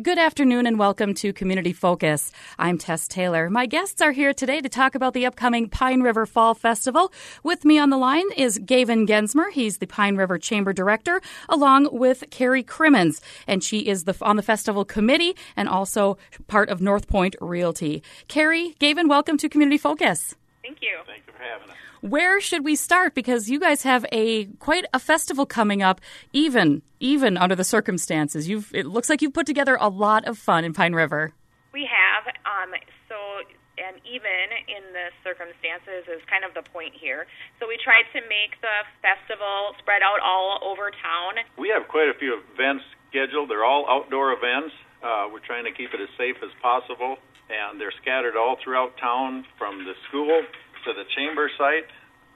Good afternoon and welcome to Community Focus. I'm Tess Taylor. My guests are here today to talk about the upcoming Pine River Fall Festival. With me on the line is Gavin Gensmer. He's the Pine River Chamber Director, along with Carrie Crimmins, and she is the, on the festival committee and also part of North Point Realty. Carrie, Gavin, welcome to Community Focus. Thank you. Thank you for having us. Where should we start? Because you guys have a quite a festival coming up, even even under the circumstances. You've it looks like you've put together a lot of fun in Pine River. We have um, so, and even in the circumstances is kind of the point here. So we tried to make the festival spread out all over town. We have quite a few events scheduled. They're all outdoor events. Uh, we're trying to keep it as safe as possible, and they're scattered all throughout town from the school to the chamber site,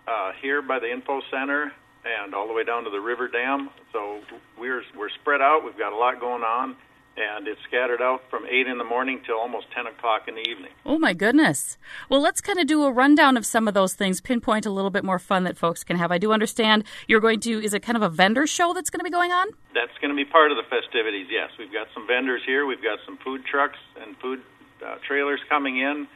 uh, here by the info center, and all the way down to the river dam. So we're we're spread out. We've got a lot going on, and it's scattered out from eight in the morning till almost ten o'clock in the evening. Oh my goodness. Well, let's kind of do a rundown of some of those things, pinpoint a little bit more fun that folks can have. I do understand you're going to is it kind of a vendor show that's going to be going on? That's going to be part of the festivities. Yes, we've got some vendors here. We've got some food trucks and food uh, trailers coming in.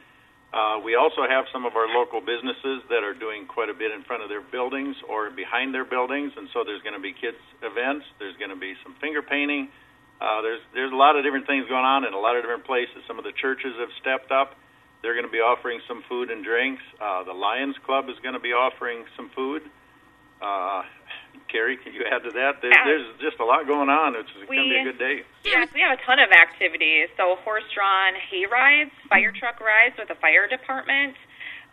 Uh, we also have some of our local businesses that are doing quite a bit in front of their buildings or behind their buildings, and so there's going to be kids events. There's going to be some finger painting. Uh, there's there's a lot of different things going on in a lot of different places. Some of the churches have stepped up. They're going to be offering some food and drinks. Uh, the Lions Club is going to be offering some food. Uh, Carrie, can you add to that? There's, Yeah. there's just a lot going on. It's, it's going to be a We- good day. Yes, we have a ton of activities. So horse-drawn hay rides, fire truck rides with the fire department,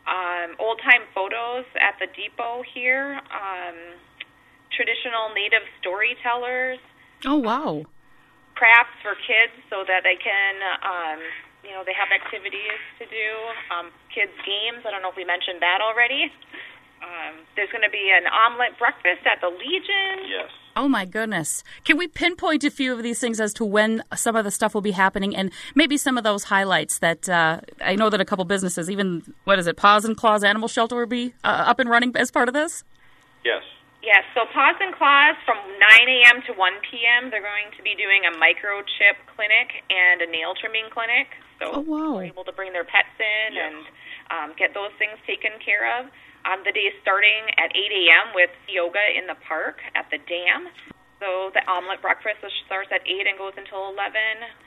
um, old-time photos at the depot here, um, traditional native storytellers. Oh wow. crafts for kids so that they can, um, you know, they have activities to do. Um, kids games. I don't know if we mentioned that already. Um, there's going to be an omelet breakfast at the Legion. Yes. Oh my goodness. Can we pinpoint a few of these things as to when some of the stuff will be happening and maybe some of those highlights that uh, I know that a couple businesses, even what is it, Paws and Claws Animal Shelter will be uh, up and running as part of this? Yes. Yes. So Paws and Claws from 9 a.m. to 1 p.m. They're going to be doing a microchip clinic and a nail trimming clinic. So Oh, wow. people are able to bring their pets in Yes. and um, get those things taken care of. Um, the day is starting at 8 a.m. with yoga in the park at the dam. So the omelet breakfast, which starts at 8 and goes until 11.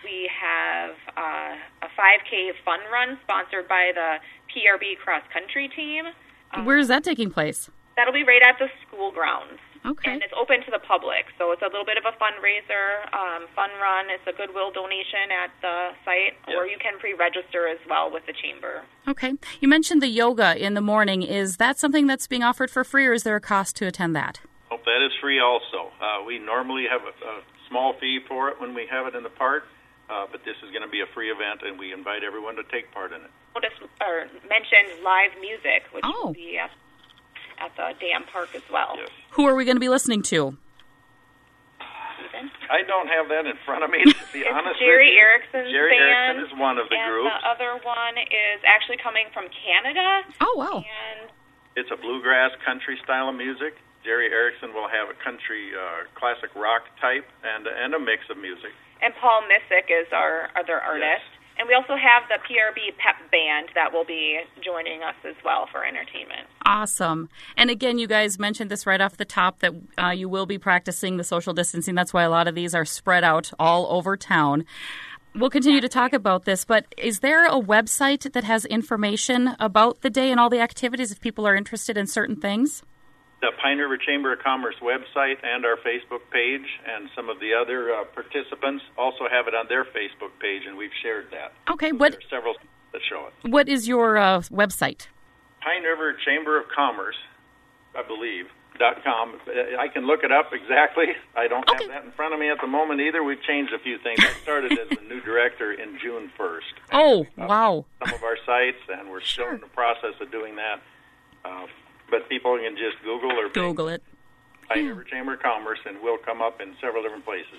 We have uh, a 5K fun run sponsored by the PRB cross country team. Um, Where is that taking place? That'll be right at the school grounds. Okay. And it's open to the public, so it's a little bit of a fundraiser, um, fun run. It's a goodwill donation at the site, or Yes. you can pre-register as well with the chamber. Okay. You mentioned the yoga in the morning. Is that something that's being offered for free or is there a cost to attend that? Nope, that is free also. Uh, we normally have a, a small fee for it when we have it in the park, uh, but this is going to be a free event, and we invite everyone to take part in it. Notice or mentioned live music, which Oh. will be at, at the dam park as well. Yes. Who are we going to be listening to? Stephen? I don't have that in front of me, to be It's honest Jerry with you. Erickson's Jerry band, Erickson is one of the and groups. the other one is actually coming from Canada, Oh, wow. and It's a bluegrass country style of music. Jerry Erickson will have a country uh, classic rock type and, and a mix of music. And Paul Missick is our other artist. And we also have the PRB Pep Band that will be joining us as well for entertainment. Awesome. And again, you guys mentioned this right off the top that uh, you will be practicing the social distancing. That's why a lot of these are spread out all over town. We'll continue to talk about this, but is there a website that has information about the day and all the activities if people are interested in certain things? the Pine River Chamber of Commerce website and our Facebook page, and some of the other uh, participants also have it on their Facebook page, and we've shared that. Okay, what There are several that show it. what is your uh, website? Pine River Chamber of Commerce, I believe, dot com. Uh, I can look it up exactly. I don't Okay. have that in front of me at the moment either. We've changed a few things. I started as the new director in June 1st. Oh, wow. Some of our sites, and we're still in the process of doing that. Uh, but people can just Google or Bing Google it. Pine River Chamber of Commerce, and we'll come up in several different places.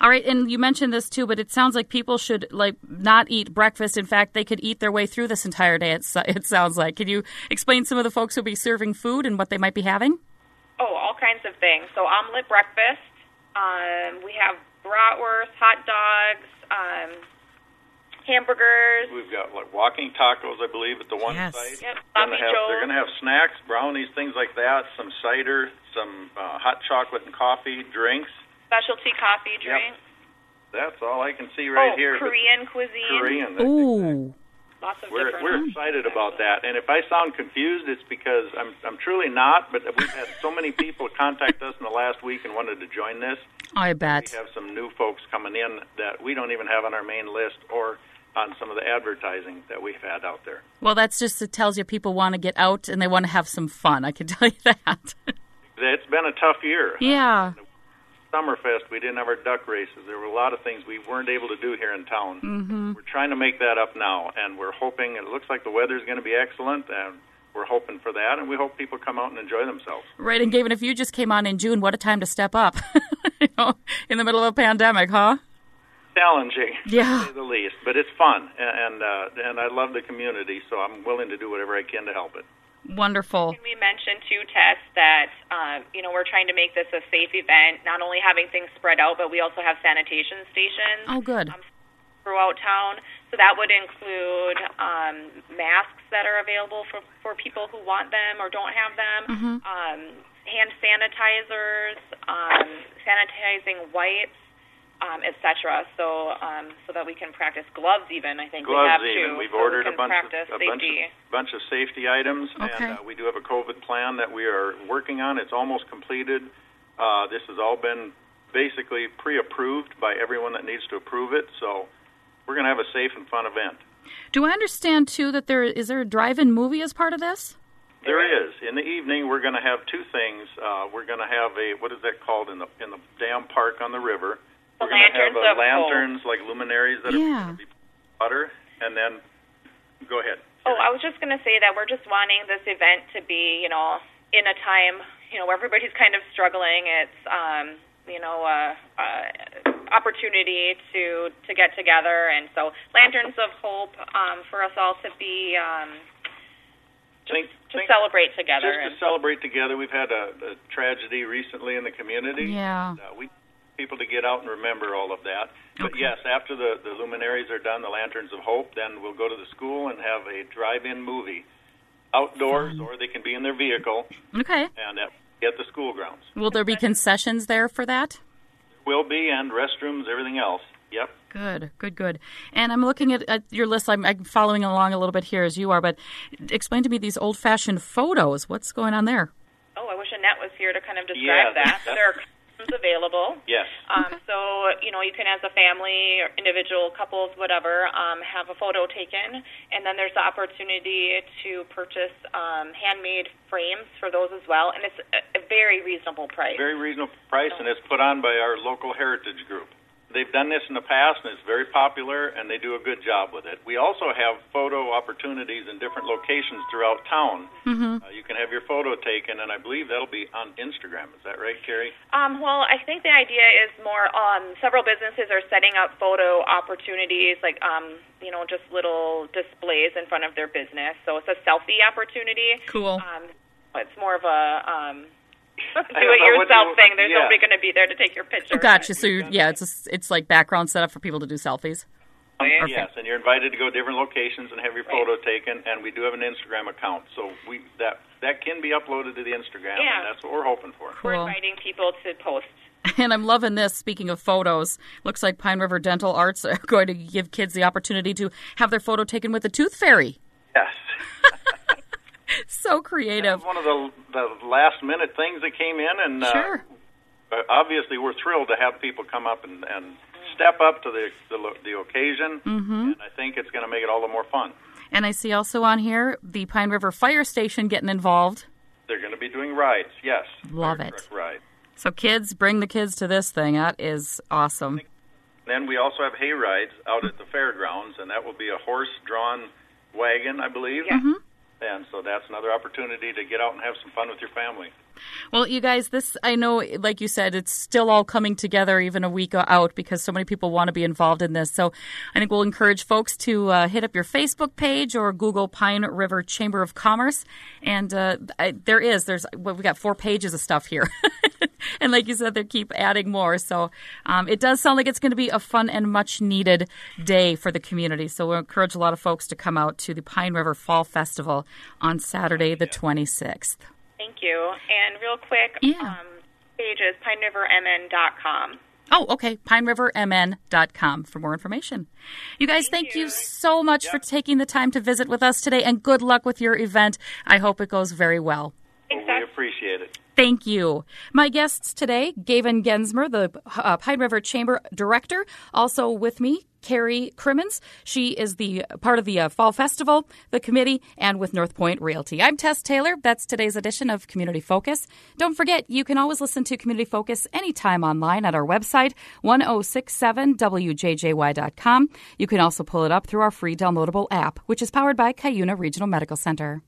All right, and you mentioned this too, but it sounds like people should like not eat breakfast. In fact, they could eat their way through this entire day. It, so- it sounds like. Can you explain some of the folks who'll be serving food and what they might be having? Oh, all kinds of things. So omelet breakfast. Um, we have bratwurst, hot dogs, um, hamburgers. We've got like walking tacos, I believe, at the one Yes. site. Yep, They're gonna sloppy have- joes. They're going to have snacks, brownies, things like that, some cider, some uh, hot chocolate and coffee, drinks. specialty coffee drink. That's all I can see right oh, here. but Korean cuisine. Korean. that's Ooh. Lots of We're, different. we're excited about that, and if I sound confused, it's because I'm I'm truly not. But we've had so many people contact us in the last week and wanted to join this. I We bet. have some new folks coming in that we don't even have on our main list or on some of the advertising that we've had out there. Well, that's just it tells you people want to get out and they want to have some fun. I can tell you that. It's been a tough year. yeah. Summerfest, we didn't have our duck races. There were a lot of things we weren't able to do here in town. Mm-hmm. We're trying to make that up now, and we're hoping. It looks like the weather's going to be excellent, and we're hoping for that. And we hope people come out and enjoy themselves. Right. And Gavin, if you just came on in June, what a time to step up. you know, in the middle of a pandemic, huh? Challenging, Yeah. to say the least, but it's fun, and and, uh, and I love the community, so I'm willing to do whatever I can to help it. Wonderful. We mentioned too, Tess, that um, you know we're trying to make this a safe event. Not only having things spread out, but we also have sanitation stations um, Oh, good. throughout town. So that would include um, masks that are available for for people who want them or don't have them. Mm-hmm. Um, hand sanitizers, um, sanitizing wipes. Um, etc. So, um, so that we can practice gloves. Even I think we gloves have even. too. We've so ordered we can a bunch practice of a bunch safety. of, bunch of safety items, Okay. and uh, we do have a COVID plan that we are working on. It's almost completed. Uh, this has all been basically pre-approved by everyone that needs to approve it. So we're going to have a safe and fun event. Do I understand too that there is there a drive-in movie as part of this? There is in the evening. We're going to have two things. Uh, we're going to have a what is that called in the in the dam park on the river. The we're going to lanterns have uh, of hope. lanterns like luminaries that Yeah. are going to be water, and then go ahead. Oh, I was just going to say that we're just wanting this event to be, you know, in a time, you know, where everybody's kind of struggling. It's, um, you know, a, a opportunity to to get together, and so lanterns of hope um, for us all to be um, Think- to think- celebrate together. Just to celebrate together, we've had a, a tragedy recently in the community. Yeah. And, uh, we people to get out and remember all of that. But yes, after the the luminaries are done, the lanterns of hope, then we'll go to the school and have a drive-in movie outdoors, or they can be in their vehicle Okay. and at, at the school grounds. Will there be concessions there for that? Will be and restrooms, everything else. Yep. Good, good, good. And I'm looking at, at your list. I'm, I'm following along a little bit here as you are, but explain to me these old-fashioned photos. What's going on there? oh, I wish Annette was here to kind of Yeah, describe that. that's- There are costumes available. Yes. Um, so you know you can, as a family, or individual, couples, whatever, um, have a photo taken, and then there's the opportunity to purchase um, handmade frames for those as well, and it's a, a very reasonable price. Very reasonable price, and it's put on by our local heritage group. They've done this in the past, and it's very popular, and they do a good job with it. We also have photo opportunities in different locations throughout town. Mm-hmm. Uh, you can have your photo taken, and I believe that'll be on Instagram. Is that right, Carrie? Um, well, I think the idea is more um, several businesses are setting up photo opportunities, like um, you know, just little displays in front of their business. So it's a selfie opportunity. Cool. Um, it's more of a um, know, what do do-it-yourself you- thing. There's yeah. nobody going to be there to take your picture. Gotcha. So you're, yeah, it's just- it's like background setup for people to do selfies. Right. Okay. Yes, and you're invited to go to different locations and have your Right. photo taken. And we do have an Instagram account, so we that that can be uploaded to the Instagram, Yeah. and that's what we're hoping for. We're Cool. inviting people to post. And I'm loving this. Speaking of photos, looks like Pine River Dental Arts are going to give kids the opportunity to have their photo taken with the tooth fairy. Yes. So creative. That was one of the the last minute things that came in, and Sure. uh, uh, obviously we're thrilled to have people come up and, and step up to the the, lo- the occasion. Mm-hmm. And I think it's going to make it all the more fun. And I see also on here the Pine River Fire Station getting involved. They're going to be doing rides. Yes, Love Fire it. truck Ride. So kids, bring the kids to this thing. That is awesome. Then we also have hay rides out at the fairgrounds, and that will be a horse-drawn wagon, I believe. Yeah. Mm-hmm. And so that's another opportunity to get out and have some fun with your family. Well, you guys, this, I know, like you said, it's still all coming together even a week out because so many people want to be involved in this. So I think we'll encourage folks to uh, hit up your Facebook page or Google Pine River Chamber of Commerce. And uh, I, there is, there's, well, we got four pages of stuff here. and like you said, they keep adding more. So um, it does sound like it's going to be a fun and much needed day for the community. So we'll encourage a lot of folks to come out to the Pine River Fall Festival on Saturday, the 26th. Thank you. And real quick, Yeah. um, page is pinerivermn.com. Oh, okay. PineRiverMN.com for more information. You guys, thank, you. so much for taking the time to visit with us today and good luck with your event. I hope it goes very well. Thanks, We Doc. appreciate it. Thank you. My guests today, Gavin Gensmer, the uh, Pine River Chamber Director, also with me, Carrie Crimmins. She is the part of the uh, Fall Festival, the committee, and with North Point Realty. I'm Tess Taylor. That's today's edition of Community Focus. Don't forget, you can always listen to Community Focus anytime online at our website, 1067wjjy.com. You can also pull it up through our free downloadable app, which is powered by Cuyuna Regional Medical Center.